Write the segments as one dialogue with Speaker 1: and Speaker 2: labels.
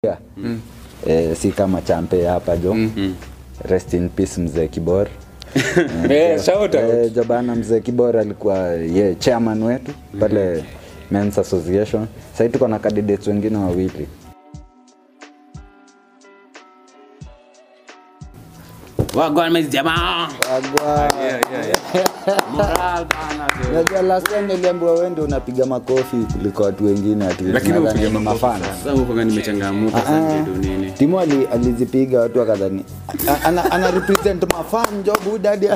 Speaker 1: Yeah.
Speaker 2: Mm.
Speaker 1: Eh, si kama champe hapa jo
Speaker 2: Mm-hmm.
Speaker 1: rest in peace mzee kibor Eh,
Speaker 2: Eh,
Speaker 1: jo-
Speaker 2: shout out.
Speaker 1: eh, jo bana mzee kibor alikuwa ye chairman wetu
Speaker 2: Mm-hmm.
Speaker 1: pale men's association sahii tuko na candidates wengine wawili
Speaker 3: Wagwan maize jamaa.
Speaker 1: Wagwa.
Speaker 3: Moral bana.
Speaker 1: najua last time niliambiwa wewe ndio unapiga makofi kuliko watu wengine ati
Speaker 2: Lakini
Speaker 1: nadhani
Speaker 2: unapiga
Speaker 1: ni
Speaker 2: makofi
Speaker 1: mafans.
Speaker 3: Sasa huko kama nimechangamuka
Speaker 1: Ah,
Speaker 3: sana ndio nini.
Speaker 1: timu ali- alizipiga watu wakadhani a- ana, ana represent mafan jo budadi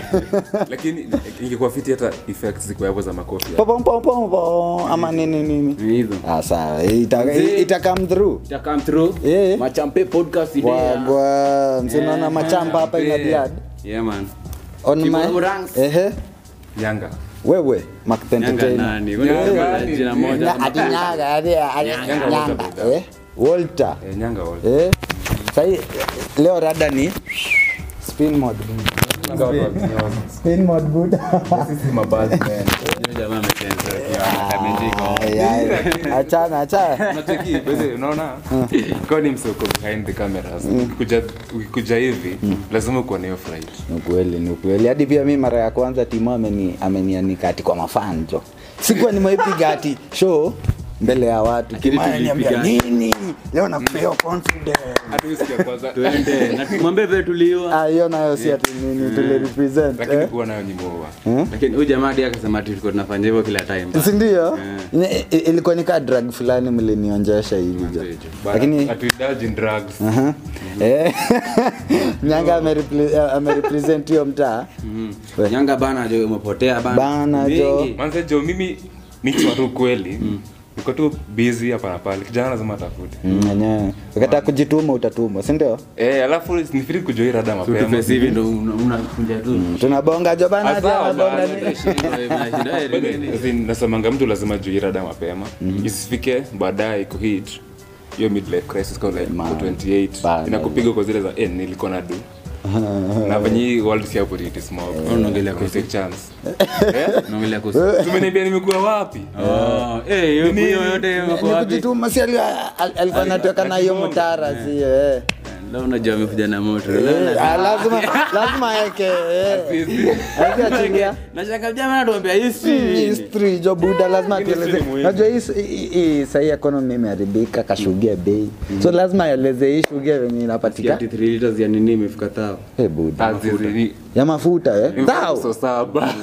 Speaker 2: lakini ingekuwa fiti hata effects ziko hapo za makofi
Speaker 1: Popopopopopom, ama nini nini
Speaker 3: Ni hivyo.
Speaker 1: Ah, sawa ita,
Speaker 3: Mzee.
Speaker 1: ita come through
Speaker 3: Ita come through.
Speaker 1: Eh.
Speaker 3: Machampe podcast idea. Eh,
Speaker 1: wagwa msinaona machamba hapa ina blood
Speaker 3: Yeah man.
Speaker 1: on
Speaker 3: Kibogo
Speaker 1: my
Speaker 3: ranks.
Speaker 1: ehe
Speaker 2: yanga
Speaker 1: wewe
Speaker 3: Nyanga
Speaker 1: maktentetena
Speaker 3: nani? Wewe
Speaker 2: Nyanga
Speaker 3: unasema
Speaker 2: nani?
Speaker 3: jina moja.
Speaker 1: na ati nyaga ati
Speaker 3: Nyanga,
Speaker 1: ati- nyanga
Speaker 2: Walter.
Speaker 1: eh Walter
Speaker 2: eh, nyanga wall.
Speaker 1: eh sahi leo rada ni spin mode
Speaker 2: Nyanga wall, nyanga wall.
Speaker 1: spin mode good
Speaker 2: Sisi mabazi, man.
Speaker 3: Yule jamaa ametensa. Yeah, amejiko.
Speaker 1: achana achana
Speaker 2: Unacheki, basi, unaona
Speaker 1: Mm.
Speaker 2: kwa ni msoko behind the cameras Ukikuja- ukikuja hivi
Speaker 1: Mm.
Speaker 2: lazima ukuwa na hiyo fright
Speaker 1: ni ukweli ni ukweli hadi pia mi mara ya kwanza timu ameni amenianika ati kwa mafanjo sikuwa nimeipiga ati show mbele ya watu
Speaker 3: Lakini
Speaker 1: timu ananiambia
Speaker 3: tulipiga.
Speaker 1: nini leo nakupea confidence
Speaker 2: hata wewe sikia kwanza
Speaker 3: Tuende. Na tumwambie vile tuliwa.
Speaker 1: ah hiyo nayo si ati nini tuli represent
Speaker 2: lakini
Speaker 1: eh?
Speaker 2: kuwa nayo ni moa
Speaker 3: Lakini huyu jamaa hadi akasema ati tulikuwa tunafanya hivyo kila time.
Speaker 1: si ndio Ni- i- ilikuwa ni kaa drug fulani mlinionjesha hivi jo
Speaker 2: Bana,
Speaker 1: lakini Mm.
Speaker 2: hatuhitaji drugs
Speaker 1: Aha. Eh. nyanga amerepre- amerepresent hiyo mtaa
Speaker 3: Mm. Nyanga bana jo umepotea bana.
Speaker 1: Bana jo.
Speaker 3: Mingi.
Speaker 2: manze jo mimi nikiwa tu kweli niko tu busy hapa na pale kijana lazima atafute
Speaker 1: Mm, enyewe ukitaka kujituma utatumwa si ndio
Speaker 2: eh alafu ni fiti kujua hii rada
Speaker 3: Tu
Speaker 2: mapema
Speaker 3: tupesi hivi ndo una- unakunja tu.
Speaker 1: Mm. tunabonga jo bana aje
Speaker 2: Sawa,
Speaker 1: wanabonga
Speaker 2: bana.
Speaker 1: nini?
Speaker 3: Unashindwa, unashindwa, eh, nini?
Speaker 2: As in, nasemanga mtu lazima juu irada mapema
Speaker 1: Mm.
Speaker 2: isifike baadaye iko hit hiyo midlife crisis kwa like
Speaker 1: Man.
Speaker 2: kwa 28
Speaker 1: Bana.
Speaker 2: inakupiga kwa zile za eh, nilikuwa na do na venye world si opportunity
Speaker 1: Eh.
Speaker 2: smoke
Speaker 3: Unaongelea
Speaker 2: Kwa take chance Eh?
Speaker 3: Naongelea kuhusu
Speaker 2: tumeniambia nimekuwa wapi
Speaker 3: Oh, eh, hiyo
Speaker 2: Nini?
Speaker 3: hiyo yote
Speaker 1: Ni-
Speaker 3: wako
Speaker 1: ni
Speaker 3: wapi?
Speaker 1: kujituma si ali- al- alikuwa anatoka na hiyo mtara sio eh.
Speaker 3: Leo unajua amekuja na moto. Leo
Speaker 1: Eh,
Speaker 3: na-
Speaker 1: ah, lazima lazima aweke eh. Aweke achilia
Speaker 3: Na shaka jamaa anatuambia history.
Speaker 1: history jo buda lazima
Speaker 2: History
Speaker 1: tueleze
Speaker 2: muhimu.
Speaker 1: najua hii hii- hii sahii economy imeharibika kashugia bei so
Speaker 2: Mm.
Speaker 1: lazima aeleze hii shugia venye inapatika
Speaker 3: 33 liters ya nini imefika tao.
Speaker 1: Eh, buda
Speaker 2: As is, ni-
Speaker 1: ya mafuta eh
Speaker 2: so
Speaker 1: Thou,
Speaker 2: saba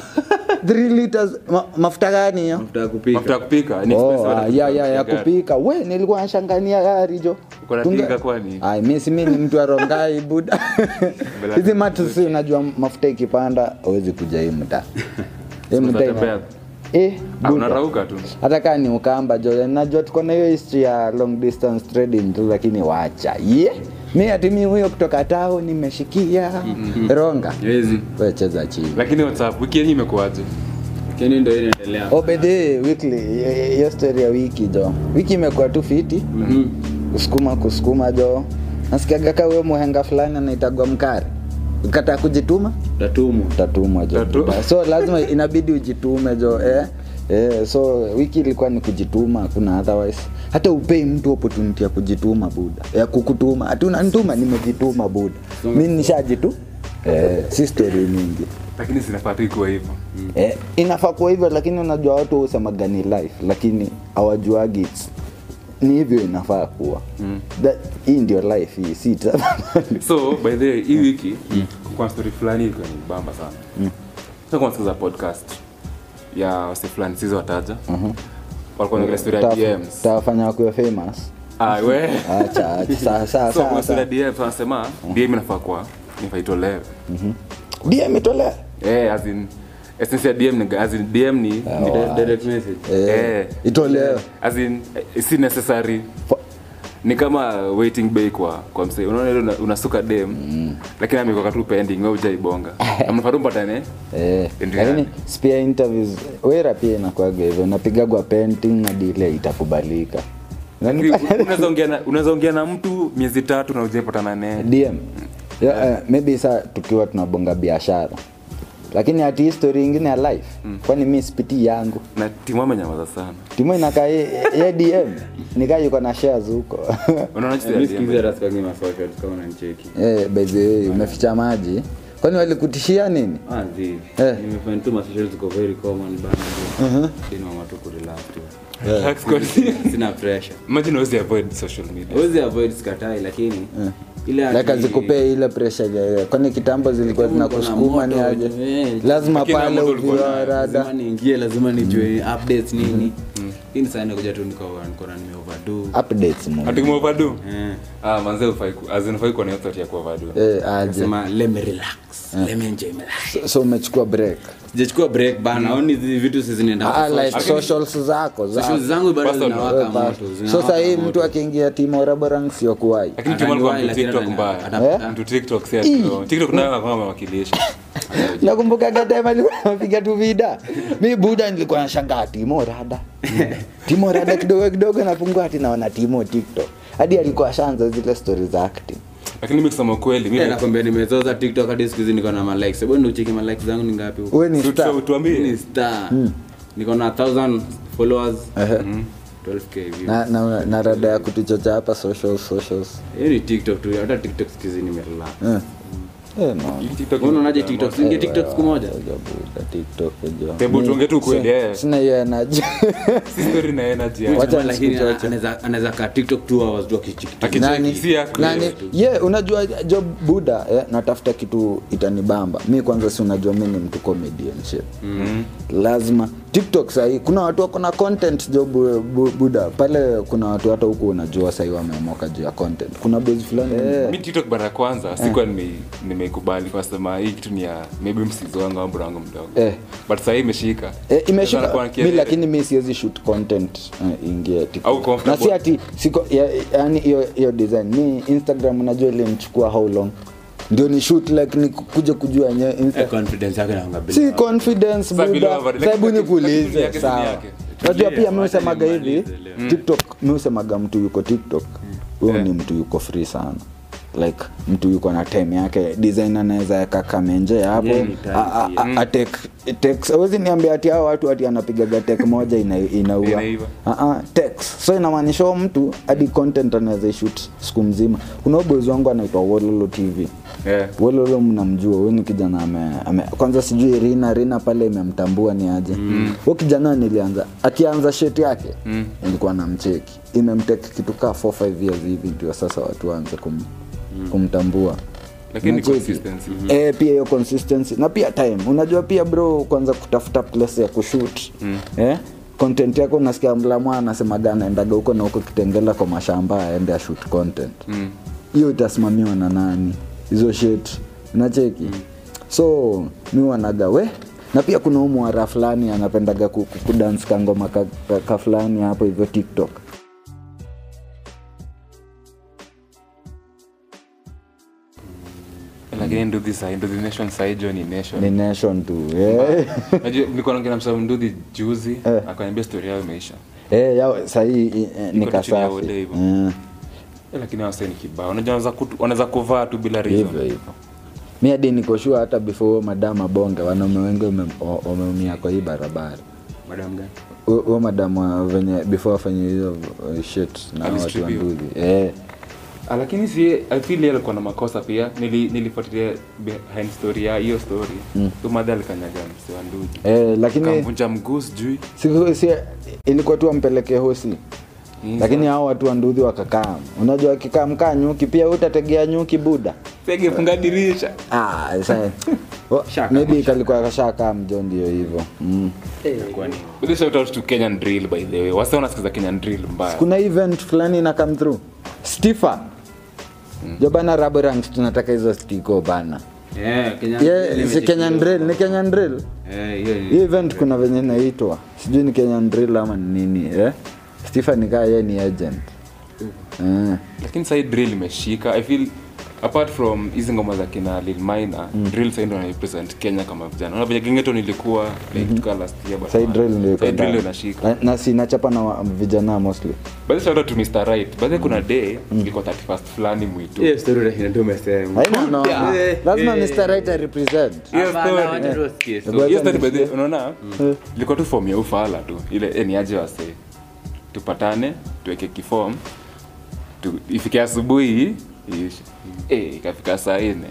Speaker 1: 3 liters ma, mafuta gani hiyo
Speaker 3: Mafuta ya kupika.
Speaker 2: mafuta ya kupika ni
Speaker 1: Oh,
Speaker 2: expensive,
Speaker 1: ah,
Speaker 2: wanapika
Speaker 1: ya ya ya
Speaker 2: gari.
Speaker 1: kupika we nilikuwa nashangania gari jo
Speaker 2: Uko na
Speaker 1: Tunge-
Speaker 2: tinga kwani?
Speaker 1: Ai, mi si mi ni mtu arongai buda
Speaker 2: Mbela-
Speaker 1: hizi matu si unajua mafuta ikipanda awezi kuja hii mtaa Hii mtaa ina-
Speaker 2: Unatembea.
Speaker 1: Eh,
Speaker 2: Ah,
Speaker 1: buda.
Speaker 2: unarauka tu
Speaker 1: hata kaa ni ukamba jo najua tuko na hiyo history ya long distance trading tu lakini wacha ye mi ati mi huyo kutoka tao nimeshikia ronga
Speaker 3: Haiwezi.
Speaker 1: wecheza chini
Speaker 2: lakini what's up wiki yenyewe imekuwaje
Speaker 3: Keni ndio inaendelea.
Speaker 1: Oh. obedhe weekly hiyo story ya wiki jo wiki imekuwa tu fiti
Speaker 3: Mhm.
Speaker 1: kusukuma kusukuma jo nasikiaga ka huyo muhenga fulani anaitagwa mkari ukataa kujituma
Speaker 3: Tatumu.
Speaker 1: utatumwa jo
Speaker 2: Utatu-
Speaker 1: Ba- so lazima inabidi ujitume jo eh? Eh, so wiki ilikuwa ni kujituma hakuna otherwise hata upei mtu opportunity ya kujituma buda ya kukutuma hati unanituma nimejituma buda mi nishajitu eh, si story mingi
Speaker 2: lakini sinafaa ikuwa hivyo
Speaker 1: eh, inafaa kuwa hivyo lakini unajua watu husemaga ni life lakini hawajuagi it's- ni hivyo inafaa kuwa
Speaker 2: Mm.
Speaker 1: That- hii ndio life hii si tafadhali.
Speaker 2: so by the way, hii wiki
Speaker 1: Mm.
Speaker 2: kuna story fulani ilikuwa ni bamba sana so kuna sikiza podcast ya wase fulani sizo wataja
Speaker 1: Mm-hmm.
Speaker 2: walikuwa naongelea story ya
Speaker 1: Tafa-
Speaker 2: DMs
Speaker 1: tawafanya wakuwe famous
Speaker 2: ah we
Speaker 1: acha acha sawa sawa
Speaker 2: so
Speaker 1: sawa Mm.
Speaker 2: kuna story
Speaker 1: sawa
Speaker 2: ya DMs wanasema DM inafaa kwa inafaa itolewe
Speaker 1: Mm. DM itolea
Speaker 2: eh as in essence ya DM ni as in DM ni ni-
Speaker 3: Direct- Direct message.
Speaker 1: Ah, eh,
Speaker 2: eh
Speaker 1: itolewe
Speaker 2: as in eh, si necessary
Speaker 1: Fa-
Speaker 2: ni kama waiting bay kwa kwa msee unaona ile una- unasuka dem lakini amekuwa tu pending wewe hujaibonga amnafaa tu mpatane
Speaker 1: eh.
Speaker 2: Ndio.
Speaker 1: lakini spia interviews wera pia inakuaga hivyo napigagwa painting na dile itakubalika Nani-
Speaker 2: unaweza ongea na- unaweza ongea na mtu miezi tatu na ujaipatana naye
Speaker 1: dm yeah, eh, maybe saa tukiwa tunabonga biashara lakini hati hii story ingine ya life kwani mi sipiti yangu
Speaker 2: na timu amenyamaza sana
Speaker 1: timo inakaa ye- ye dm nikaa yuko na shares huko
Speaker 2: unaona jinsi ya DM?
Speaker 3: Mimi Eh, siku hizi hata sikagi masocials kama unanicheki.
Speaker 1: Eh, by the way umeficha maji kwani walikutishia nini
Speaker 3: Ah, zivi.
Speaker 1: Eh.
Speaker 3: Nimefanya tu masocials ziko very common bana. Sina mama tu kurelax tu.
Speaker 2: Relax kwa-
Speaker 3: Sina pressure.
Speaker 2: Imagine huwezi avoid social media.
Speaker 3: Huwezi avoid sikatai lakini ile
Speaker 1: laka
Speaker 3: ati-
Speaker 1: zikupee ile presha kwani kitambo zilikuwa
Speaker 3: Kama uko na
Speaker 1: zinakusukuma ni
Speaker 3: moto,
Speaker 1: aje
Speaker 3: eh,
Speaker 1: lazima
Speaker 2: lakini
Speaker 1: pale
Speaker 2: kama ulikuwa na-
Speaker 1: uviorada
Speaker 3: lazima niingie lazima nijue
Speaker 1: Mm.
Speaker 3: updates nini hii ni saa inakuja tu niko- niko na
Speaker 1: Ah,
Speaker 3: nimeoverdo
Speaker 1: updates mo
Speaker 2: Ati umeoverdo?
Speaker 3: Eh,
Speaker 2: Ah, manze hufai ku- as in hufai kuwa na hiyo thought ya kuoverdo.
Speaker 1: eh, aje
Speaker 3: sema let me relax
Speaker 1: Ah.
Speaker 3: let me enjoy my life
Speaker 1: So- so umechukua break
Speaker 3: sijachukua break bana aoni hizi vitu
Speaker 1: Mm. Ah,
Speaker 3: sizinaenda
Speaker 1: like socials zako zako.
Speaker 3: social zangu bado
Speaker 2: Personal.
Speaker 3: zinawaka
Speaker 1: Eh, pa-
Speaker 3: moto
Speaker 1: so
Speaker 3: zinawaka
Speaker 1: sahii
Speaker 3: moto.
Speaker 1: mtu akiingia timoraborang sio kuwai
Speaker 2: Lakini Kimani kwa
Speaker 3: Ananiwahi,
Speaker 2: mtu
Speaker 3: lakini
Speaker 2: TikTok
Speaker 3: anani-
Speaker 2: mbaya.
Speaker 3: anapita.
Speaker 2: Mtu TikTok si ati- oh, TikTok nayo anakuwa amewakilisha.
Speaker 1: nakumbuka katema napiga tu vida mi buda nilikuwa nashangaa timo rada timo rada kidogo kidogo napungua ati naona timo tiktok hadi alikuwa ashaanza zile stori za acting
Speaker 2: Lakini mimi kusema kweli, mimi-
Speaker 1: Eh,
Speaker 3: Yeah, nakwambia nimezoza tiktok hadi siku hizi niko na malikes hebu enda ucheki malikes zangu ni ngapi huko
Speaker 1: we ni Hmm.
Speaker 2: Tu-
Speaker 1: star
Speaker 2: tu- tuambie.
Speaker 3: Mimi ni star niko na 1000 followers
Speaker 1: Ehe.
Speaker 2: Mm.
Speaker 3: 12k views
Speaker 1: na, na, na rada ya kutuchocha hapa social socials
Speaker 3: hiyo ni tiktok tu hata tiktok siku hizi nimerelax
Speaker 1: eh.
Speaker 2: Mm.
Speaker 1: Eh, no.
Speaker 2: Hii TikTok-
Speaker 3: Wewe unaonaje tiktok singe tiktok siku moja
Speaker 1: Ngoja buda, TikTok, jo.
Speaker 2: Hebu
Speaker 1: Mi-
Speaker 2: tuongee tu ukweli,
Speaker 1: sina-
Speaker 2: eh.
Speaker 1: sina hiyo energy.
Speaker 2: Si story na energy ya-
Speaker 1: Wacha
Speaker 3: lakini
Speaker 1: nisikize,
Speaker 3: ana-
Speaker 1: wacha.
Speaker 3: anaweza- anaweza kaa tiktok two hours tu akichiki
Speaker 2: Akicheki,
Speaker 1: Nani-
Speaker 2: si yako.
Speaker 1: nani- ye unajua job buda eh, natafuta kitu itanibamba mi kwanza si unajua mi ni mtu comedian shit
Speaker 2: Mm-hmm.
Speaker 1: lazima tiktok sahii kuna watu wako na content jo bu, bu, buda pale kuna watu hata huku unajua sahii wameamoka juu ya content kuna bozi fulani
Speaker 2: Eh.
Speaker 1: Eh,
Speaker 2: mi tiktok mara ya kwanza sikuwa nime- nimeikubali kwa sema hii kitu ni ya maybe msizi wangu au bro wangu mdogo
Speaker 1: Eh.
Speaker 2: but sahii imeshika
Speaker 1: Eh,
Speaker 2: Sasa anakuwa
Speaker 1: imeshika mi
Speaker 2: anakielea-
Speaker 1: lakini mi siwezi shoot content uh, ingie
Speaker 2: Au
Speaker 1: TikTok. na
Speaker 2: comfortable.
Speaker 1: si ati siko ya- yaani hiyo hiyo design mi instagram unajua ilinichukua how long ndio ni shoot like ni kuja kujua yenyewe
Speaker 2: Eh,
Speaker 1: Insta-
Speaker 3: confidence yake naanga bila.
Speaker 1: si confidence
Speaker 2: Sabi
Speaker 1: buda.
Speaker 2: lover, lakini-
Speaker 1: sababu
Speaker 2: lakini- lakini ni
Speaker 1: nikuulize
Speaker 2: yake, si ni
Speaker 1: sawa
Speaker 2: yake.
Speaker 1: najua pia
Speaker 3: Tulie,
Speaker 1: mi usemaga
Speaker 3: wacha
Speaker 1: hivi
Speaker 3: nimalize
Speaker 1: tiktok mi usemaga mtu yuko tiktok
Speaker 2: Hmm.
Speaker 1: huyo
Speaker 2: Eh.
Speaker 1: ni mtu yuko free sana like mtu yuko na time yake design anaweza eka kamenje hapo
Speaker 3: Yeah, ni time,
Speaker 1: a- a- a- atake- text. awezi niambia ati hao watu ati anapigaga tek moja ina- inaua
Speaker 2: Inaiva.
Speaker 1: Ah, ah, text. so inamaanisha huyo mtu hadi content anaweza shoot siku mzima kunao bozi wangu anaitwa wololo tv
Speaker 2: Yeah.
Speaker 1: Wololo mnamjua huyu ni kijana ame, ame, kwanza sijui Rina Rina pale imemtambua ni aje mm. kijana nilianza akianza shit yake mm. ilikuwa na mcheki imemteka kitu kaa 4 5 years hivi ndio sasa watu waanze kum, Mm. kumtambua
Speaker 2: Lakini ni
Speaker 1: Unacheki?
Speaker 2: consistency.
Speaker 1: eh, pia hiyo consistency na pia time unajua pia bro kwanza kutafuta place ya kushoot
Speaker 2: Mhm.
Speaker 1: eh? content yako unasikia mlamwa anasemaga anaendaga huko na huko kitengela kwa mashamba aende ashut content
Speaker 2: Mhm.
Speaker 1: hiyo itasimamiwa na nani hizo shit nacheki
Speaker 2: Mhm.
Speaker 1: so mi wanaga we na pia kuna umwara fulani anapendaga ku- ku- kudance kangoma ka, ka, ka fulani hapo hivyo tiktok
Speaker 2: Mhm. lakini nduthi sahi nduthi nation sahi jo ni nation
Speaker 1: ni nation tu eh.
Speaker 2: najua nilikuwa naongea na msa mnduthi juzi akaniambia story yao imeisha
Speaker 1: eh, yao sahii eh, ni
Speaker 2: Iko tu chini ya
Speaker 1: kasafi
Speaker 2: Ole hivyo.
Speaker 1: eh.
Speaker 2: Eh, lakini awasai ni kibao unajua wanaweza kutu- wanaweza kuvaa tu bila
Speaker 1: hivyo
Speaker 2: reason
Speaker 1: hivyo mi hadi nikoshua hata before madam abonge wanaume wengi wame- wa- wameumia kwa hii barabara
Speaker 3: madam gani
Speaker 1: huo madam venye before afanye hiyo uh, shit na watu
Speaker 2: Alistribiwa.
Speaker 1: wanduzi eh.
Speaker 2: Ah, lakini si I feel yeye alikuwa na makosa pia Nili- nilifuatilia behind story ya hiyo story tu madha alikanyaga mse wa nduthi
Speaker 1: Mm. Eh, lakini
Speaker 2: kamvunja mguu sijui
Speaker 1: siku si ilikuwa tu ampelekee hosi
Speaker 2: Mm,
Speaker 1: lakini hao watu wanduzi wakakaa unajua akikaa mkaa nyuki pia utategea nyuki buda
Speaker 2: pege funga dirisha
Speaker 1: ah, sa- Oh,
Speaker 3: Shaka,
Speaker 1: maybe kalikuwa kashakaa mjo ndio hivyo mm.
Speaker 3: Eh.
Speaker 2: With a shout out to Kenyan drill by the way. Wasa wanasikiza Kenyan drill mbaya.
Speaker 1: kuna event fulani ina come through stifa jo bana raborangs tunataka hizo stiko bana
Speaker 3: Eh, Kenyan
Speaker 1: Ye,
Speaker 3: Drill
Speaker 1: si kenyan
Speaker 3: imecheki-
Speaker 1: drill ni kenyan drill
Speaker 3: Eh, hiyo
Speaker 1: hii
Speaker 3: ni
Speaker 1: event kuna venye inaitwa sijui ni kenyan drill ama ni nini eh? stifa nikaa ye ni agent eh.
Speaker 2: Lakini sasa hii drill imeshika. I feel apart from hizi ngoma za kina Lil Minor,
Speaker 1: Mm.
Speaker 2: drill sasa ndio represent Kenya kama vijana. Unaona vile gengeto nilikuwa like tuka last year but
Speaker 1: Side Mm-hmm. drill ndio iko
Speaker 2: Side drill
Speaker 1: ndani.
Speaker 2: ndio inashika.
Speaker 1: Na- na si nachapa na wa- vijana mostly
Speaker 2: By the way, shout out to Mr. Right. By the way,
Speaker 1: Mm.
Speaker 2: kuna day iko 31st fulani mwitu.
Speaker 3: hiyo story rahina ndio umesema
Speaker 1: Haina unaona.
Speaker 3: Eh,
Speaker 1: lazima
Speaker 3: eh.
Speaker 1: mr right represent
Speaker 2: Hiyo
Speaker 3: Hapana,
Speaker 2: story.
Speaker 3: wacha tuwasikie story.
Speaker 1: Ngoja Mm.
Speaker 2: Hiyo story by the
Speaker 1: nisikie.
Speaker 2: way, unaona? Ilikuwa tu form ya ufala tu. Ile eh, ni aje wasee. tupatane tuweke kifom tu, ifike asubuhi iishe Eh, ikafika saa nne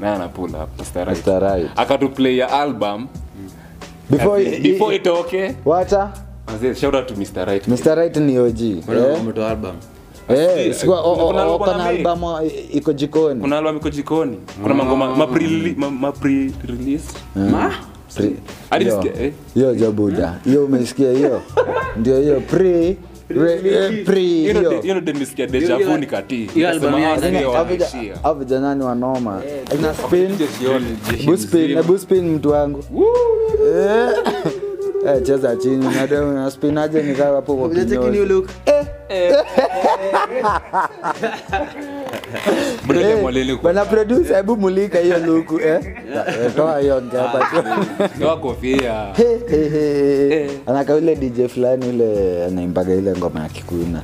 Speaker 2: naye anapula
Speaker 1: Mr. Right.
Speaker 2: akatuplay ya album
Speaker 1: Before i-
Speaker 2: before
Speaker 1: i-
Speaker 2: itoke
Speaker 1: wacha
Speaker 2: Mazee, shout out to Mr. Right.
Speaker 1: Mr. Right ni OG. eh?
Speaker 3: ametoa album
Speaker 1: Eh, sikuwa- o- o-
Speaker 2: Kuna
Speaker 1: o-
Speaker 2: album
Speaker 1: kuna
Speaker 2: na mimi.
Speaker 1: albamu i- iko jikoni.
Speaker 2: kuna album iko jikoni kuna mambo ma- ma pre- ma- ma pre-release
Speaker 3: ma
Speaker 1: Mm. Pre-
Speaker 2: Hadi
Speaker 1: hiyo.
Speaker 2: nisikie, eh?
Speaker 1: Hiyo jabuda. Hiyo umesikia hiyo. Ndio hiyo pre re- eh, pre
Speaker 2: Hiyo ndo-
Speaker 1: hiyo.
Speaker 2: hiyo ndo demisikia deja
Speaker 3: Hiyo-
Speaker 2: vu nikatii.
Speaker 3: hiyo album
Speaker 2: Nikasema,
Speaker 3: yao-
Speaker 2: ah, ndio
Speaker 1: Hawa vija-
Speaker 2: wanaishia.
Speaker 1: hawa vijana ni wanoma. Akina spin.
Speaker 2: Jioni.
Speaker 1: Buspin, hebu spin mtu wangu. Eh. Eh, cheza chini nado na spin aje nikaa hapo kwa kinyozi.
Speaker 2: Bado
Speaker 1: Eh,
Speaker 2: hajamwalele kwa-
Speaker 1: Bwana producer hebu mulika hiyo luku eh. Eh, Toa hiyo ngapa
Speaker 2: Ah,
Speaker 1: tu.
Speaker 2: Toa kofia.
Speaker 1: He, he, he, he. Anakaa ule DJ fulani ule anaimbaga ile ngoma ya Kikuina.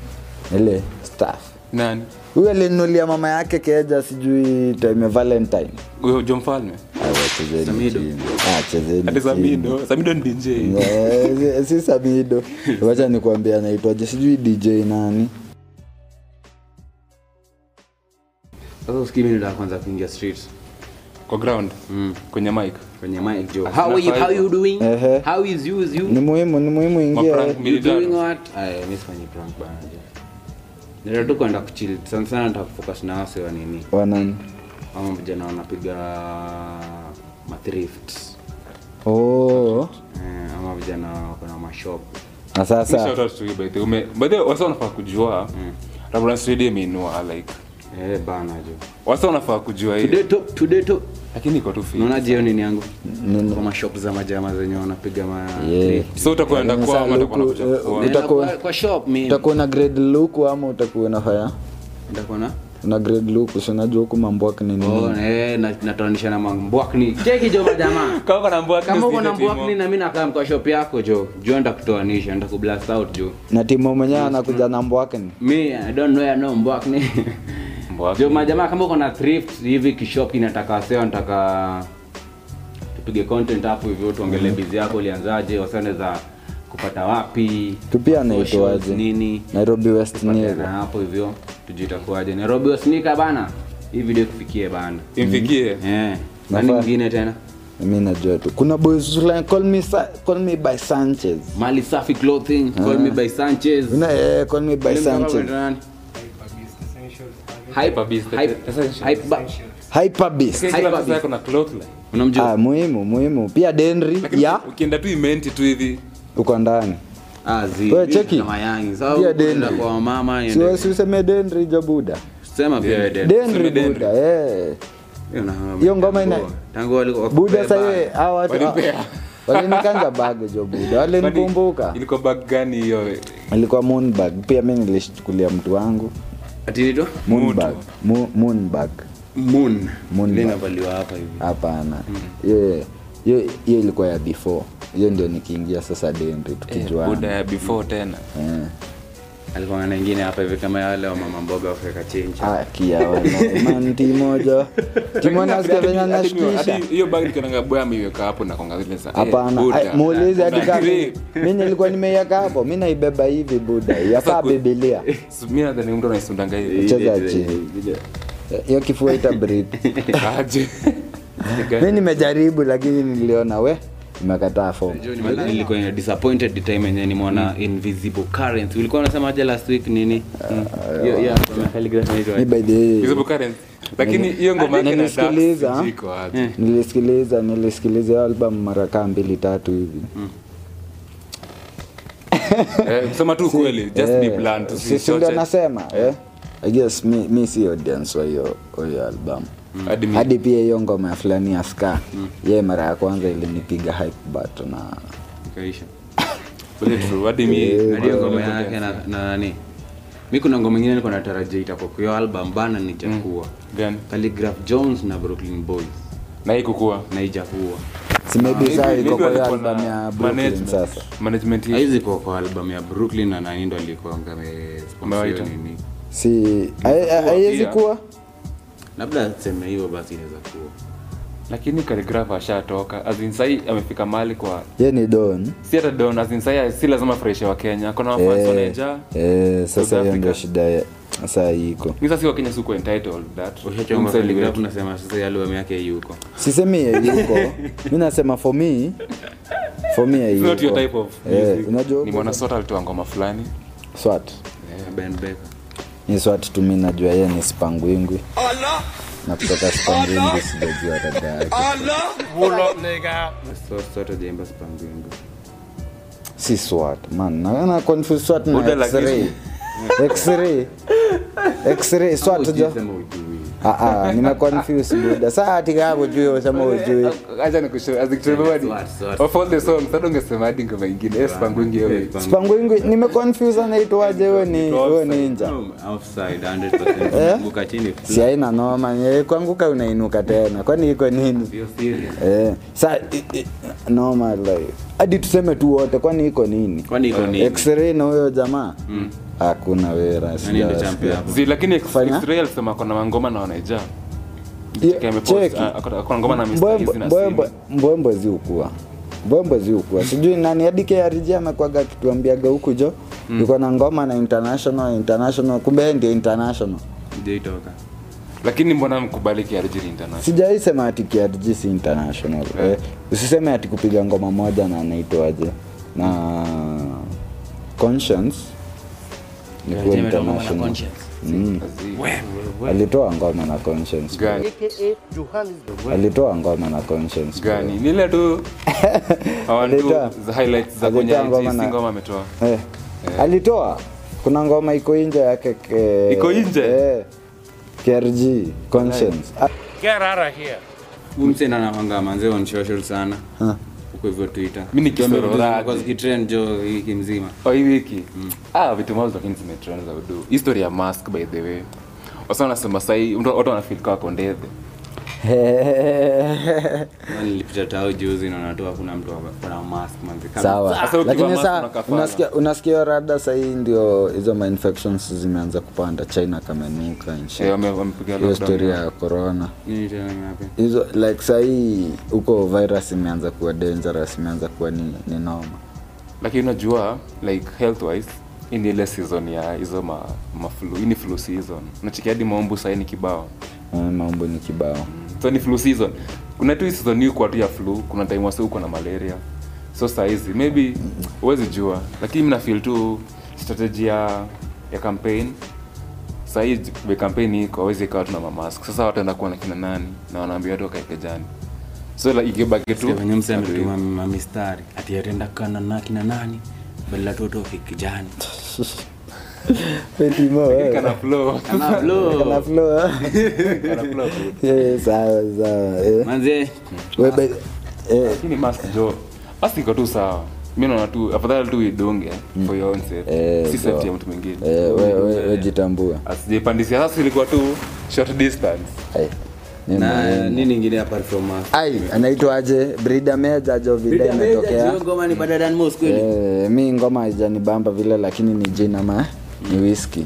Speaker 1: Ile staff.
Speaker 2: Nani?
Speaker 1: Huyo alinunulia mama yake keja sijui time ya Valentine.
Speaker 2: Huyo Joh Mfalme?
Speaker 1: Ah, wachezeni
Speaker 3: Samido.
Speaker 1: chini. Ah, chezeni
Speaker 2: Ati
Speaker 1: chini.
Speaker 2: Samido. Samido ni DJ.
Speaker 1: Eh, si- si samido wacha nikuambia anaitwaje sijui dj nani
Speaker 3: sasa usikii mimi nataka kwanza kuingia street
Speaker 2: Kwa ground. Kwenye mic.
Speaker 3: kwenye mic jo
Speaker 2: Ah,
Speaker 3: how are you how you doing
Speaker 1: Ehe.
Speaker 3: how is you is
Speaker 1: ni
Speaker 3: you
Speaker 1: muhimu ni muhimu
Speaker 2: Maprank
Speaker 1: ingia
Speaker 2: mbili
Speaker 3: you
Speaker 2: tano.
Speaker 3: doing what aya mimi sifanyi prank bana jo ndio tu kwenda kuchill sana sana nataka kufocus na wase wa nini
Speaker 1: wanani
Speaker 3: ama vijana wanapiga mathrift
Speaker 1: oh.
Speaker 3: eh, ama vijana wako na mashop
Speaker 1: na
Speaker 2: Mi shout
Speaker 1: sasa
Speaker 2: out to you by the way. Ume- by the way, wasa wanafaa kujua. Rubber Street imeinua, like.
Speaker 3: eh, bana jo
Speaker 2: Wasa wanafaa kujua hiyo.
Speaker 3: today top today top
Speaker 2: Lakini iko tu fiti.
Speaker 3: unaona jioni ni yangu kwa mashop za majama zenye wanapiga ma
Speaker 1: Yeah.
Speaker 2: So utakuwa unaenda kwao ama utakuwa unakuja
Speaker 1: Eh,
Speaker 2: kwao?
Speaker 3: Naenda
Speaker 1: Utakuwa-
Speaker 3: kwa- kwa shop mimi
Speaker 1: utakuwa na grade luku ama utakuwa na haya
Speaker 3: Nitakuwa na
Speaker 1: una grade luku sinajua huku mambo yake ni nini
Speaker 3: Oh, eh, na- natoanisha na mambwakni cheki jo majamaa
Speaker 2: Kama uko na mbwa,
Speaker 3: uh, kama uko
Speaker 2: please
Speaker 3: na
Speaker 2: nipe timo.
Speaker 3: mbwakni na mi nakaa kwa shop yako jo jo ndakutoanisha ndakublast out jo
Speaker 1: na timu mwenyewe anakuja na mambo yake ni
Speaker 3: mi i don't know I know mbwakni
Speaker 2: Mbwakni.
Speaker 3: jo majamaa kama uko na thrift hivi kishop kinataka waseo nataka tupige content hapo hivyo tuongelee
Speaker 1: Mm-hmm.
Speaker 3: bizi yako ulianzaje wasioneza kupata wapi
Speaker 1: Tu pia
Speaker 3: socials,
Speaker 1: anaitwaje?
Speaker 3: nini
Speaker 1: nairobi west
Speaker 3: Patana
Speaker 1: nile
Speaker 3: hapo hivyo tujitakuaje nairobi wasnika bana hii video kufikie bana
Speaker 2: imfikie
Speaker 3: Eh, nani
Speaker 1: Nafaa.
Speaker 3: mwingine tena
Speaker 1: mi najua tu kuna boys fulani, call me, Sa- call me by sanchez
Speaker 3: mali safi clothing call me by sanchez
Speaker 1: Ah. Una, eh, call me by
Speaker 3: Ule mtandao
Speaker 1: sanchez
Speaker 3: unaitwa nani?
Speaker 2: Hyper Beast.
Speaker 3: Hype-
Speaker 2: Essential.
Speaker 3: Hype Ba-
Speaker 1: hyperbeast
Speaker 2: Lakini kila
Speaker 3: Hyper
Speaker 2: mtu
Speaker 3: Beast.
Speaker 2: ako na cloth line.
Speaker 1: ah,
Speaker 3: unamjua
Speaker 1: muhimu muhimu pia denri
Speaker 2: Lakini
Speaker 1: ya
Speaker 2: ukienda tu imenti tu hivi
Speaker 1: uko ndani
Speaker 3: Ah, zi-
Speaker 1: Wewe
Speaker 3: zi-
Speaker 1: cheki.
Speaker 3: na mayangi. Sasa
Speaker 1: Pia
Speaker 3: huku tunaenda
Speaker 1: Denri.
Speaker 3: kwa mama
Speaker 1: Si wewe- si useme denri jo buda
Speaker 3: sema pia wewe Denri.
Speaker 1: denri
Speaker 2: Denri.
Speaker 1: buda eh.
Speaker 3: Hiyo na-
Speaker 1: Hiyo ngoma ina-
Speaker 3: tangu walikuwa
Speaker 1: buda
Speaker 3: wakubeba.
Speaker 1: sahivi
Speaker 2: Walipea.
Speaker 1: walinikanja bage jo buda
Speaker 2: Kwani
Speaker 1: walinikumbuka
Speaker 2: ilikuwa bag gani hiyo
Speaker 1: ilikuwa moonbag pia mi nilishukulia mtu wangu
Speaker 3: Ati inaitwa?
Speaker 1: moonbag Mo- moonbag Moon
Speaker 3: Ile
Speaker 1: bag.
Speaker 3: inavaliwa hapa hivi.
Speaker 1: hapana
Speaker 2: Hmm.
Speaker 1: hiyo hiyo hiyo ilikuwa ya before hiyo ndio nikiingia sasa denri
Speaker 2: Eh, buda
Speaker 1: tukijuana
Speaker 2: ya before tena
Speaker 1: Eh.
Speaker 3: Alikuwa na ingine hapa hivi kama wale wa mama mboga wakiweka chenji.
Speaker 1: Ah, kia wana- man timojo timo nasikia venye
Speaker 2: Hadi- hadi-
Speaker 1: anashikisha
Speaker 2: hadi hiyo bag nikananga boya ameiweka hapo na konga zile za
Speaker 1: hapana
Speaker 2: Buddha.
Speaker 1: Ai, muulize hadi
Speaker 2: Kuna
Speaker 1: kama
Speaker 2: grip.
Speaker 1: mi nilikuwa nimeiweka hapo mi naibeba hivi buda yakaa
Speaker 2: Sasa ku-
Speaker 1: bibilia
Speaker 2: Si- mi nadhani mtu anaisundanga hivi
Speaker 1: cheza
Speaker 3: Ile-
Speaker 1: chini
Speaker 3: ile-
Speaker 1: hiyo kifua ita breathe.
Speaker 2: aje
Speaker 1: mi nimejaribu lakini niliona we imekataa fomu
Speaker 3: Johnny Malaya. ilikuwa ina disappointed the time yenye nimeona
Speaker 1: Mm.
Speaker 3: invisible current ulikuwa unasema aje last week nini
Speaker 1: Ah,
Speaker 3: Mm. Hiyo- hiyo hapo na calligraph inaitwa
Speaker 1: mi
Speaker 3: aje?
Speaker 1: by the way
Speaker 2: Visible current. lakini hiyo ngoma yake na
Speaker 1: Nimesikiliza.
Speaker 2: dance sijiko aje.
Speaker 1: Eh, nilisikiliza nilisikiliza hiyo album mara kaa mbili tatu hivi
Speaker 2: Mm, Eh, sema tu ukweli just be blunt
Speaker 1: Hmm. Eh, Si- si ndio
Speaker 2: usichoche.
Speaker 1: nasema eh? I guess mi, mi si audience wa hiyo wa hiyo album
Speaker 2: Hmm. Hadi mi-
Speaker 1: hadi pia hiyo ngoma ya fulani ya ska
Speaker 2: Mm.
Speaker 1: ye mara ya kwanza ilinipiga hype but na
Speaker 3: Ikaisha.
Speaker 2: Very true. Hadi
Speaker 1: Eh,
Speaker 2: mi-
Speaker 3: Hadi hiyo ngoma yake na na nani mi kuna ngoma ingine niko natarajia itakuwa kwa hiyo album bana ni jakuwa
Speaker 2: Gani?
Speaker 3: calligraph jones na brooklyn boys
Speaker 2: na hii kukua
Speaker 3: na ijakuwa
Speaker 1: si
Speaker 2: Ah,
Speaker 1: maybe saa iko kwa hiyo
Speaker 2: walikuwa
Speaker 1: album
Speaker 2: na
Speaker 1: ya Brooklyn
Speaker 2: management.
Speaker 1: sasa
Speaker 2: Management hii.
Speaker 3: hizi kwa kwa album ya brooklyn na nani ndo alikuwa ngame sponsor hiyo
Speaker 2: Mbawaita.
Speaker 3: nini
Speaker 1: si hai- haiwezi
Speaker 2: pia.
Speaker 1: kuwa
Speaker 3: labda seme hivyo basi inaweza kuwa
Speaker 2: lakini kaligraf ashatoka azinsai amefika mali kwa
Speaker 1: ye ni don
Speaker 2: si hata don azinsai si lazima afurahishe wa kenya kona
Speaker 1: Eh,
Speaker 2: wafans wanajaa
Speaker 1: eh, sasa hiyo ndio
Speaker 2: Africa.
Speaker 1: shida ya- saa iko
Speaker 2: Misa si wakenya suko entitled that
Speaker 3: Ushachoka
Speaker 2: Msa
Speaker 3: kwenye
Speaker 2: elevate.
Speaker 3: grafu, unasema sasa ya lugha yake yuko
Speaker 1: sisemi ya yuko mi nasema for me for me ya
Speaker 2: It's not your
Speaker 1: yuko.
Speaker 2: type of
Speaker 1: Eh,
Speaker 2: music.
Speaker 1: unajua
Speaker 2: Ni mwanasota alitoa ngoma fulani
Speaker 1: swat
Speaker 3: Eh, Ben Becker.
Speaker 1: ni swat tu mi najua ye ni spangwingwi na kutoka spangwingwi sijajua dada yake
Speaker 3: So- sote Jemba Spangwingu.
Speaker 1: si swat man na, na confuse swat na
Speaker 2: Buda la
Speaker 1: x-ray x-ray x-ray swat jo
Speaker 3: Sema ujui.
Speaker 1: ah ah nimeconfuse buda saa ati kama ujui usema ujui
Speaker 2: acha nikushow as ikitembea
Speaker 3: Swat, swat.
Speaker 2: of all the songs hata ungesema hadi ngoma ingine yes pangu ingiwe
Speaker 3: Spangu-
Speaker 1: spangwingwi nimeconfuse anaitwaje huyo ni huyo ni inja
Speaker 3: No, offside, 100%. Anguka chini.
Speaker 1: Eh? si haina noma eh, kuanguka unainuka tena kwani iko nini
Speaker 3: Sio serious.
Speaker 1: Eh, sa i- i- noma like hadi tuseme tu wote kwani iko nini
Speaker 3: Kwani iko nini?
Speaker 1: Eh,
Speaker 3: Mm.
Speaker 1: X-ray na huyo jamaa hakuna wera
Speaker 3: Nani ndo
Speaker 1: sijawa-
Speaker 3: champion hapo?
Speaker 2: zi lakini
Speaker 1: Kufanya?
Speaker 2: Israel sema kona mangoma na wanaija
Speaker 1: Ye-
Speaker 2: Cheki amepost,
Speaker 1: cheki.
Speaker 2: ah, akona- akona ngoma na Mr.
Speaker 1: Mbwembwe-
Speaker 2: Easy na
Speaker 1: mbwembwe-
Speaker 2: Simi.
Speaker 1: mbwembwe ziukua mbwembwe ziukua sijui nani hadi krg amekwaga akituambiaga huku jo
Speaker 3: Mm.
Speaker 1: yuko na ngoma na international international kumbe yeye ndio international
Speaker 3: Sijaitoka.
Speaker 2: lakini mbona mkubali kiarjini international
Speaker 1: sijaisema ati KRG si international eh, usiseme ati kupiga ngoma moja na anaitwaje na conscience ni kuwa
Speaker 4: KRG ametoa ngoma na
Speaker 1: international
Speaker 4: Conscience.
Speaker 1: Mm. alitoa ngoma na conscience
Speaker 2: gani
Speaker 1: alitoa ngoma na conscience
Speaker 2: gani ni ile tu I want to-
Speaker 1: Alitoa.
Speaker 2: the highlights za kwenye
Speaker 1: Alitoa ngoma
Speaker 2: IG, si
Speaker 1: na-
Speaker 2: ngoma ametoa
Speaker 1: eh. alitoa kuna ngoma iko nje yake ke-
Speaker 2: Iko nje?
Speaker 1: eh, KRG conscience
Speaker 3: Huyu msee ndo anawanga manze on social sana.
Speaker 1: Ah.
Speaker 3: Huko hivyo Twitter.
Speaker 2: Mi ni kisororati.
Speaker 3: Tuambie vitu zimekuwa zikitrend jo wiki mzima.
Speaker 2: Oh, hii wiki
Speaker 1: Mm.
Speaker 2: ah, vitu mazo lakini zimetrend za udu history ya mask by the way wasa wanasema sahii watu wanafil kawa kondethe
Speaker 1: Ah.
Speaker 3: Na Nilipita Yaani tao juzi na natoa kuna mtu ako na mask manze. Kabisa.
Speaker 1: sawa
Speaker 2: Sasa ukivaa
Speaker 1: lakini
Speaker 2: mask
Speaker 1: saa
Speaker 2: unakafala.
Speaker 1: unasikia unasikia rada sahii ndio hizo mainfections zimeanza kupanda china kamenuka and shit.
Speaker 2: Eh, wame- wamepiga
Speaker 1: hiyo
Speaker 2: lockdown.
Speaker 1: storia ya corona
Speaker 3: Nini tena ni hapa?
Speaker 1: hizo like sahii huko virus imeanza kuwa dangerous imeanza kuwa ni, ni noma
Speaker 2: lakini unajua like health wise hii ni ile season ya hizo ma, maflu hii ni flu season unachikia hadi maombu sahii ni kibao
Speaker 1: Eh, mambo ni kibao
Speaker 2: so ni flu season kuna tu hii season hii kwa tu ya flu kuna time wasi uko na malaria so sahizi maybe huwezi jua lakini mi nafil tu strategy ya ya campaign sahii vile campaign iko awezi ikawa tu na mamask sasa wataenda kuwa na kina nani na wanaambia watu wakaeke jani so like, ikibaki tu
Speaker 4: Sikia venye msee ametuma mamistari ati atenda kana na kina nani badala tu utoke kijani
Speaker 1: Petimo, eh.
Speaker 2: kana Oh. flow
Speaker 3: Kana blow.
Speaker 1: Kana flow, eh.
Speaker 2: kana flow
Speaker 1: Eh, sawa sawa eh.
Speaker 3: Manze,
Speaker 2: Ah.
Speaker 1: We, but- eh,
Speaker 2: lakini mask jo mask iko tu sawa mi naona tu afadhali tu idunge for your own safety
Speaker 1: Mm. Eh,
Speaker 2: si
Speaker 1: sawa.
Speaker 2: safety ya mtu mwingine
Speaker 1: eh, we- we- we jitambue
Speaker 2: asijipandisia sasa ilikuwa tu short distance
Speaker 1: Ai, ni
Speaker 3: na
Speaker 1: muhimu.
Speaker 3: nini ingine apart from mask?
Speaker 1: ai anaitwaje brida meja jo vida imetokea
Speaker 4: imetokea
Speaker 1: Eh, mi ngoma haijanibamba vile lakini ni jina ma ni whisky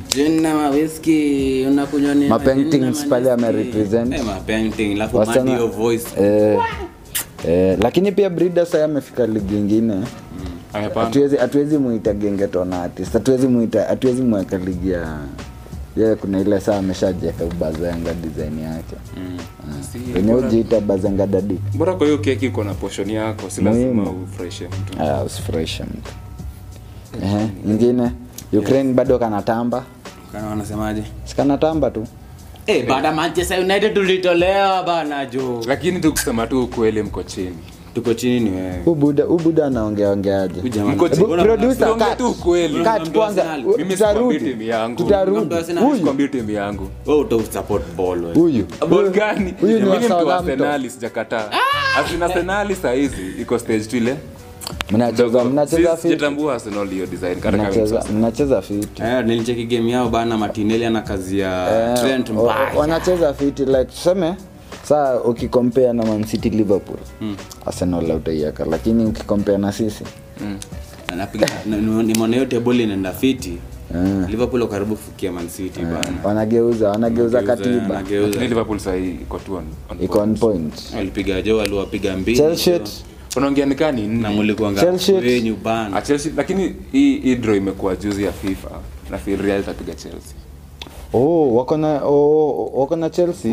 Speaker 1: Mapaintings pale amerepresent.
Speaker 3: Eh,
Speaker 1: Wasichana- eh, eh, lakini pia brida sai amefika ligi ingine
Speaker 2: amepanda
Speaker 1: hatuwezi hatuwezi muita gengetona artist hatuwezi muita hatuwezi mweka ligi ya ye kuna ile saa ameshajieka ubazenga design yake
Speaker 2: Si,
Speaker 1: wenye ujiita bazenga dadi
Speaker 2: bora kwa hiyo keki iko na poshon yako si lazima ufurahishe mtu
Speaker 1: Ah, usifurahishe mtu Ehe, ingine ukraine bado kanatamba
Speaker 4: wanasemaje
Speaker 1: sikanatamba tu
Speaker 4: Eh, baada ya manchester united tulitolewa bana jo
Speaker 2: lakini tu kusema tu ukweli mko chini
Speaker 3: tuko chini ni wewe
Speaker 1: ubuda ubuda anaongeaongeaje
Speaker 2: mko chini
Speaker 1: producer,
Speaker 2: Usiongee
Speaker 1: cut.
Speaker 2: tu ukweli
Speaker 1: Cut kwanza
Speaker 4: Arsenal.
Speaker 2: Mimi
Speaker 1: tutarudi.
Speaker 2: sikwambii timu yangu.
Speaker 1: tutarudi huyu
Speaker 2: kwambia timu yangu
Speaker 4: utosupport
Speaker 1: huyu
Speaker 2: Ball gani?
Speaker 1: huyu ni
Speaker 2: Mimi
Speaker 1: wa
Speaker 2: mtu wa
Speaker 1: Southampton
Speaker 2: Arsenali sijakataa. Asina Arsenali saa hizi iko stage tu ile.
Speaker 1: mnacheza
Speaker 2: Dogo.
Speaker 1: mnacheza
Speaker 2: Sisi
Speaker 1: fiti
Speaker 2: sijatambua Arsenal hiyo design hata kama
Speaker 1: mnacheza
Speaker 2: ni
Speaker 1: mnacheza fiti
Speaker 3: Eh, nilicheki game yao bana matineli ana kazi ya
Speaker 1: Eh,
Speaker 3: Trent
Speaker 1: wa-
Speaker 3: mbaya.
Speaker 1: wanacheza fiti like tuseme saa ukikompea na mancity liverpool
Speaker 2: Hmm.
Speaker 1: arsenal utaiaka lakini ukikompea na sisi
Speaker 4: Anapiga- na- ni- nimeona hiyo table inaenda fiti
Speaker 1: Eh.
Speaker 3: liverpool wa karibu kufikia man city bana
Speaker 1: wanageuza wanageuza
Speaker 3: Wanageuza,
Speaker 1: katiba
Speaker 3: wanageuza.
Speaker 2: Ni liverpool sahii iko tu on- on
Speaker 1: iko on
Speaker 2: point.
Speaker 1: point
Speaker 3: walipiga jo waliwapiga mbili
Speaker 1: Chelsea,
Speaker 2: wanaongea ni kani nne.
Speaker 3: na mulikuanga
Speaker 1: Chelsea.
Speaker 3: wenyu bana
Speaker 2: Ah, Chelsea- lakini hii hii draw imekuwa juzi ya fifa na feel real itapiga chelsea
Speaker 1: oh wako na oh, wako na chelsea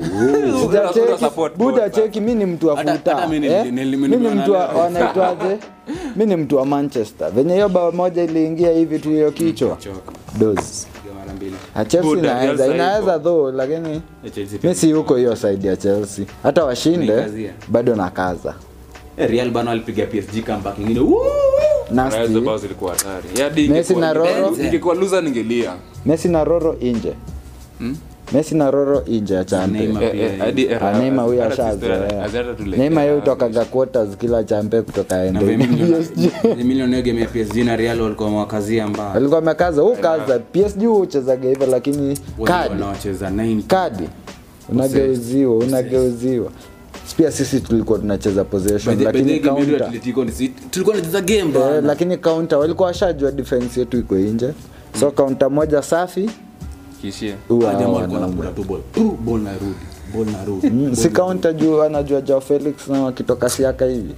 Speaker 1: Sija
Speaker 2: Hakuna
Speaker 1: cheki,
Speaker 2: support eh.
Speaker 1: buda
Speaker 2: goal,
Speaker 1: cheki mi ni mtu wa
Speaker 4: Hata-
Speaker 1: futa
Speaker 4: hata mi ni-
Speaker 1: eh?
Speaker 4: ni-
Speaker 1: mi
Speaker 4: ni-
Speaker 1: ni mtu wa-
Speaker 4: niliona
Speaker 1: wanaitwaje mi ni mtu wa manchester venye hiyo bao moja iliingia hivi tu hiyo kichwa dos
Speaker 3: Piga mara mbili
Speaker 1: Ah, Chelsea
Speaker 2: Buda, Real
Speaker 1: inaweza
Speaker 2: Saibo.
Speaker 1: inaweza though lakini
Speaker 3: Eh, Chelsea pia.
Speaker 1: mi si huko hiyo side ya chelsea hata washinde
Speaker 3: Unaikazia.
Speaker 1: bado nakaza
Speaker 3: Eh, real bana walipiga psg comeback ingine Woo!
Speaker 2: Nayo hizo
Speaker 1: nasty
Speaker 2: bao zilikuwa hatari. Yaani
Speaker 1: Messi
Speaker 2: ingekuwa-
Speaker 1: na Roro.
Speaker 2: ingekuwa loser ningelia.
Speaker 1: messi na roro inje messi na roro inje ya champions
Speaker 4: Neymar.
Speaker 2: Eh, eh, hadi era-
Speaker 1: Ah, Neymar huyo
Speaker 2: hata sister- eh, hata
Speaker 1: ashazoea.
Speaker 2: tu like-
Speaker 1: Neymar yeye hutokaga quarters kila champe kutoka
Speaker 4: Na
Speaker 1: ende.
Speaker 4: milioni game ya PSG na Real walikuwa mwakazia mbaya.
Speaker 1: Alikuwa amekaza huu kaza PSG huchezaga hivyo lakini kadi
Speaker 4: Wanaocheza 9
Speaker 1: kadi unageuziwa unageuziwa. Pia sisi tulikuwa tunacheza possession lakini counter
Speaker 4: tunacheza game
Speaker 1: eh, lakini counter walikuwa washajua defense yetu iko nje. So counter moja safi
Speaker 2: Kiishia.
Speaker 1: huwa
Speaker 4: Ah, jamaa
Speaker 1: hawa
Speaker 4: alikuwa
Speaker 1: wanamu-
Speaker 4: anapiga tu ball. Tu, ball na rudi, ball na rudi.
Speaker 1: Mm, si counter juu anajua Joao Felix na wakitoka siaka hivi.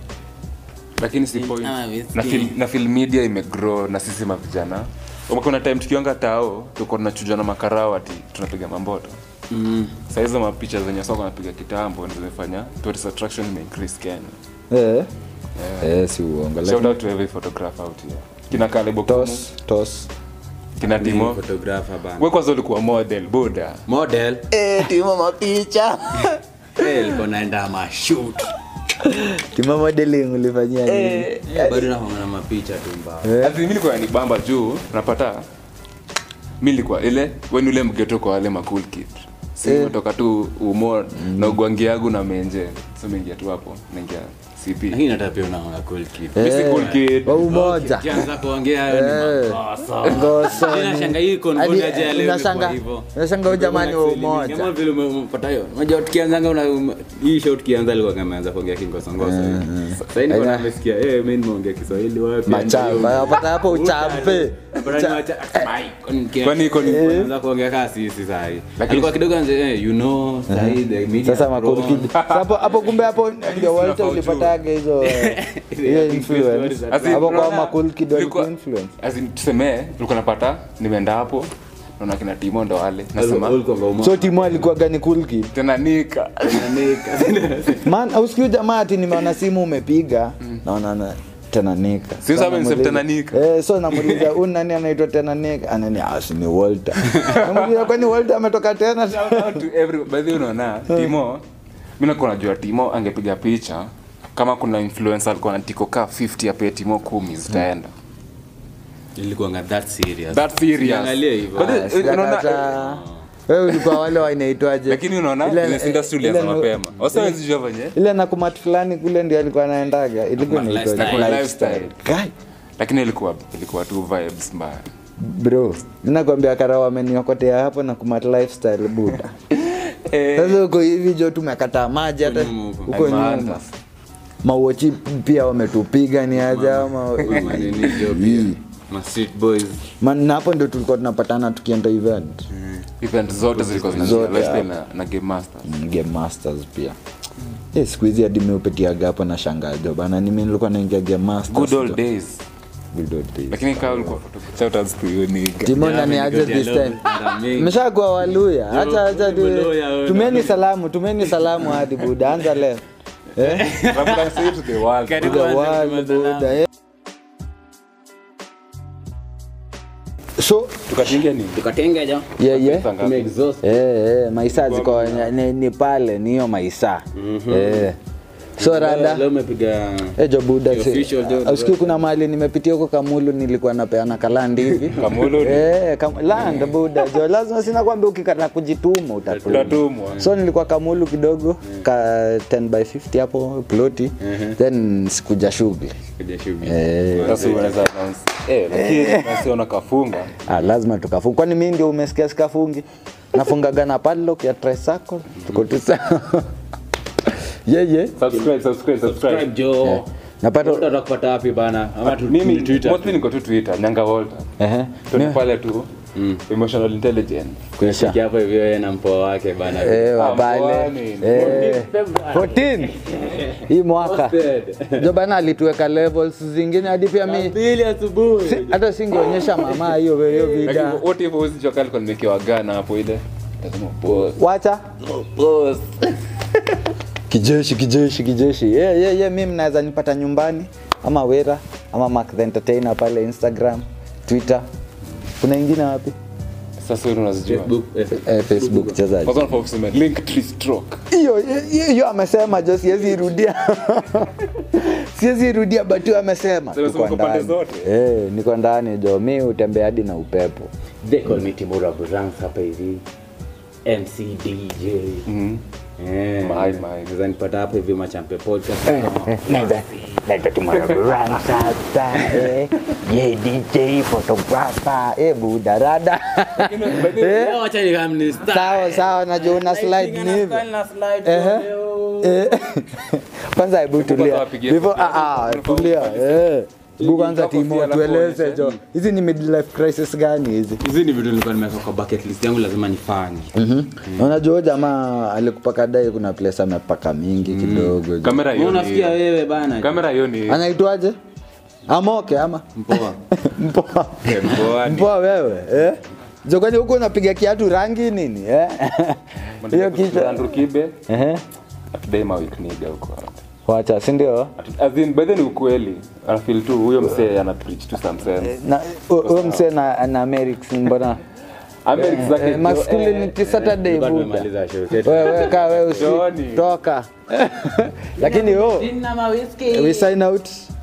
Speaker 2: lakini si point.
Speaker 4: Ah, it's
Speaker 2: Na
Speaker 4: game.
Speaker 2: fil- na fil media imegrow na sisi mavijana kuna time tukiwanga tao tuko tunachuja na makarao ati tunapiga mamboto Saa hizo mapicha zenye soko napiga kitambo ndio zimefanya tourist attraction imeincrease Kenya.
Speaker 1: Eh. Eh, si uongo.
Speaker 2: Shout
Speaker 1: Lakini
Speaker 2: out to every photographer out here. Kina Kale Bokumu,
Speaker 1: toss toss
Speaker 2: kina Timo.
Speaker 3: photographer bana
Speaker 2: Wewe kwanza ulikuwa model buda.
Speaker 3: model
Speaker 1: Eh, timo mapicha.
Speaker 3: eh, ilikuwa naenda mashoot
Speaker 1: Timo modeling ulifanyia nini?
Speaker 3: Eh, bado naona mapicha tu mbaya
Speaker 2: Eh, Ati mimi nilikuwa nibamba juu napata mimi nilikuwa ile weni ule mgeto kwa wale makul kid
Speaker 1: Eh. Mm.
Speaker 2: sitoka tu umo na ugwangi yangu na menje so mengia tu hapo naingia CP
Speaker 4: Lakini hata pia unaona cool kid.
Speaker 1: Eh.
Speaker 2: Mimi si cool kid.
Speaker 1: Wa umoja.
Speaker 4: Ukianza kuongea hayo ni
Speaker 1: Eh.
Speaker 4: makosa.
Speaker 1: Ngoso ni-
Speaker 4: Inashanga hii kon-
Speaker 1: Hadi-
Speaker 4: kuna jela imekuwa
Speaker 1: inashanga-
Speaker 4: hivyo.
Speaker 1: inashanga ujamani wa
Speaker 4: Kama
Speaker 1: umoja
Speaker 4: vile ume- umepata hiyo. Unajua tukianzanga una um- hii show tukianza alikuwa kama ameanza kuongea kingosongoso.
Speaker 1: Eh,
Speaker 4: Sasa hivi
Speaker 1: Aina-
Speaker 4: kuna amesikia eh mimi nimeongea Kiswahili wapi?
Speaker 1: machamba apata hapo uchampe
Speaker 2: Kwani iko ni-
Speaker 4: Kwanza kuongea kama sisi saa hii.
Speaker 2: Lakini-
Speaker 4: Alikuwa kidogo anze eh you know saa hii the media
Speaker 1: sasa
Speaker 4: is
Speaker 1: makuru
Speaker 4: wrong.
Speaker 1: kid- Sasa hapo hapo kumbe hapo ndio wote ulipataga hizo hiyo influence
Speaker 2: As in,
Speaker 1: hapo kwa
Speaker 2: unaona,
Speaker 1: makul kidogo
Speaker 2: nilikuwa-
Speaker 1: influence
Speaker 2: as in, tuseme tulikuwa napata nimeenda hapo naona kina timo ndo wale nasema
Speaker 4: Ulikuwa ngoma.
Speaker 1: so timu alikuwa gani cool kid
Speaker 2: tena nika
Speaker 1: man ausikiu jamaa ati nimeona simu umepiga naona na tenanika
Speaker 2: Mm. Si sababu niseme tenanika.
Speaker 1: eh, so namuuliza huyu nani anaitwa tenanika anani asini "Ah, walter namuuliza kwani walter ametoka tena
Speaker 2: Shout out to every- by the way, unaona
Speaker 1: Eh.
Speaker 2: timo mi nakuwa najua timo angepiga picha kama kuna influencer alikuwa natiko ka 50 apee timo kumi zitaenda
Speaker 4: Ilikuwanga that serious.
Speaker 2: that serious
Speaker 4: Usiangalie hivyo.
Speaker 2: But then,
Speaker 1: Ah, sijakataa.
Speaker 2: unaona- eh,
Speaker 1: wewe ulikuwa wale wanaitwaje
Speaker 2: lakini unaona
Speaker 1: Ile- eh,
Speaker 2: business industry ulianza
Speaker 1: ile-
Speaker 2: mapema wasa wenzijua venye
Speaker 1: ile na kumat fulani kule ndio alikuwa anaendaga ilikuwa
Speaker 4: Nakumat
Speaker 1: inaitwaje?
Speaker 2: lifestyle. Nakumat
Speaker 1: Lifestyle. Guy,
Speaker 2: lakini ilikuwa ilikuwa tu vibes mbaya
Speaker 1: bro ninakwambia karao ameniokotea hapo na kumat lifestyle buda
Speaker 2: eh,
Speaker 1: sasa huko hivi jo tumekataa maji hata
Speaker 4: Huko nyuma huko.
Speaker 1: huko nyuma
Speaker 2: Advance.
Speaker 1: mawochi pia wametupiga ni aje ama
Speaker 4: Mama nini job pia. Ma street boys.
Speaker 1: Man, na hapo ndio tulikuwa tunapatana tukienda event
Speaker 2: event zote zilikuwa zinaanzia
Speaker 1: Zote,
Speaker 2: lifestyle
Speaker 1: yeah.
Speaker 2: na, na game master
Speaker 1: Mm, game masters pia Eh, siku hizi hadi mi upetiaga hapo na shangajo bana nimi nilikuwa naingia game masters
Speaker 2: good
Speaker 1: jo.
Speaker 2: old days
Speaker 1: Good old days.
Speaker 2: lakini kaa ulikuwa photographer. Shout outs to you, nigga.
Speaker 1: Timon ameaje this time mshakuwa waluya acha acha tu-
Speaker 4: Waluya, wewe.
Speaker 1: tumeni salamu tumeni salamu hadi buda anza leo Eh,
Speaker 2: Labda say to the world.
Speaker 1: to the world, buda, eh. so
Speaker 2: Tukatingia nini?
Speaker 3: tukatenga jo
Speaker 1: yeah, yeah.
Speaker 2: Pesa ngapi?
Speaker 3: tumeexhaust
Speaker 1: Eh, eh, maisa ziko ni, ni pale ni hiyo maisa eh. so rada
Speaker 4: Leo umepiga
Speaker 1: ejo buda
Speaker 4: The official job,
Speaker 1: ausikii kuna mahali nimepitia huko kamulu nilikuwa napeana kalandi hivi
Speaker 2: Kamulu?
Speaker 1: Eh, kam- land
Speaker 4: Mm.
Speaker 1: buda jo lazima sina kwambia ukikata kujituma utatumwa
Speaker 2: Utatumwa.
Speaker 1: so nilikuwa kamulu kidogo ka 10 by 50 hapo ploti
Speaker 4: Uh-huh.
Speaker 1: then sikuja shughuli
Speaker 4: kuja shughuli.
Speaker 1: eh,
Speaker 2: Sasa unaweza announce. Eh, lakini nasiona kafunga.
Speaker 1: Ah, lazima tukafunga kwani mi ndio umesikia sikafungi nafungaga na padlock ya trisako tuko tisa yeye
Speaker 2: Subscribe, subscribe, subscribe.
Speaker 1: Eh.
Speaker 4: Subscribe, jo.
Speaker 1: napata
Speaker 3: Watu watakupata wapi bana ama tu- tu- Twitter
Speaker 2: mostly niko tu twitter nyanga walter
Speaker 1: Ehe.
Speaker 2: toni
Speaker 1: Mi-
Speaker 2: pale tu emotional intelligence
Speaker 1: kuisha
Speaker 3: Sikia hapo hivyo yeye na mpoa wake bana
Speaker 1: Eh, wa
Speaker 2: Ah,
Speaker 1: pale
Speaker 2: mkoani.
Speaker 1: Eh, 14 hii mwaka
Speaker 3: Posted.
Speaker 1: jo bana alituweka levels zingine hadi pia mi
Speaker 3: Pili asubuhi
Speaker 1: si- hata singeonyesha mama hiyo hiyo
Speaker 2: lakini
Speaker 1: vida
Speaker 2: what if uzi joka alikuwa nimekiwa gana hapo ile tazama boss
Speaker 1: wacha
Speaker 2: boss
Speaker 1: kijeshi kijeshi kijeshi yeah, yeah, yeah. mi mnaweza nipata nyumbani ama wera ama Mark the entertainer pale instagram twitter kuna ingine wapi
Speaker 2: sasa wewe unazijua
Speaker 3: Facebook eh,
Speaker 1: eh, facebook chezaji
Speaker 2: kwanza unafaa kusema link tree stroke
Speaker 1: hiyo hiyo- hiyo amesema jo siwezi rudia siwezi rudia batu amesema
Speaker 2: Sasa
Speaker 1: Niko
Speaker 2: uko pande
Speaker 1: ndani.
Speaker 2: zote.
Speaker 1: Eh, niko ndani jo mi utembea hadi na upepo
Speaker 3: they call me Timura Burans hapa hivi MC DJ Eh,
Speaker 2: Mahali, mahali.
Speaker 3: unaweza nipata hapo hivi machampe podcast
Speaker 1: Eh.
Speaker 5: Naenda naenda tumarabura sasa eh. Ye DJ photographer
Speaker 1: Eh, budarada
Speaker 3: Leo Eh. wacha nikamni style.
Speaker 1: sawa sawa najua una slide ni hivyo
Speaker 3: Style na slide
Speaker 1: Ehe.
Speaker 3: leo.
Speaker 1: Eh. kwanza hebu tulia
Speaker 2: kwanza wapigie
Speaker 1: Before-
Speaker 2: picha.
Speaker 1: ah, ah,
Speaker 2: Unafaa
Speaker 1: tulia eh. hebu kwanza
Speaker 2: kofia
Speaker 1: timo
Speaker 2: alafu
Speaker 1: tueleze
Speaker 2: uonyeshe.
Speaker 1: jo hizi ni midlife crisis gani hizi
Speaker 3: hizi ni vitu nilikuwa nimeweka kwa bucket list yangu lazima nifanye
Speaker 1: Na unajua huyu Mhm. jamaa alikupaka dai kuna place amepaka mingi kidogo jo.
Speaker 2: kamera
Speaker 3: Mbona
Speaker 2: hiyo ni
Speaker 3: unafikia
Speaker 2: hiyo
Speaker 3: wewe bana
Speaker 2: kamera hiyo ni
Speaker 1: anaitwaje amoke ama
Speaker 3: mpoa
Speaker 1: mpoa
Speaker 2: Eh, mpoani.
Speaker 1: mpoa wewe eh? Jo, kwani huku unapiga kiatu rangi nini eh? hiyo kichwa
Speaker 2: Andrew Kibe
Speaker 1: Ehe.
Speaker 2: atudai mawikniga huko
Speaker 1: Eh? wacha sindio
Speaker 2: Atu- as in, by the way ni ukweli anafil tu huyo msee ana preach tu some sense
Speaker 1: Na- huyo msee na, na Merix mbona
Speaker 2: America zake
Speaker 1: Eh,
Speaker 2: jo-
Speaker 1: masculinity Saturday
Speaker 3: Tulikuwa
Speaker 1: buda.
Speaker 3: tumemaliza show zetu.
Speaker 1: Wewe kaa wewe
Speaker 2: Johnny.
Speaker 1: usitoka. Lakini yo
Speaker 3: Dinner ma whiskey.
Speaker 1: we sign out.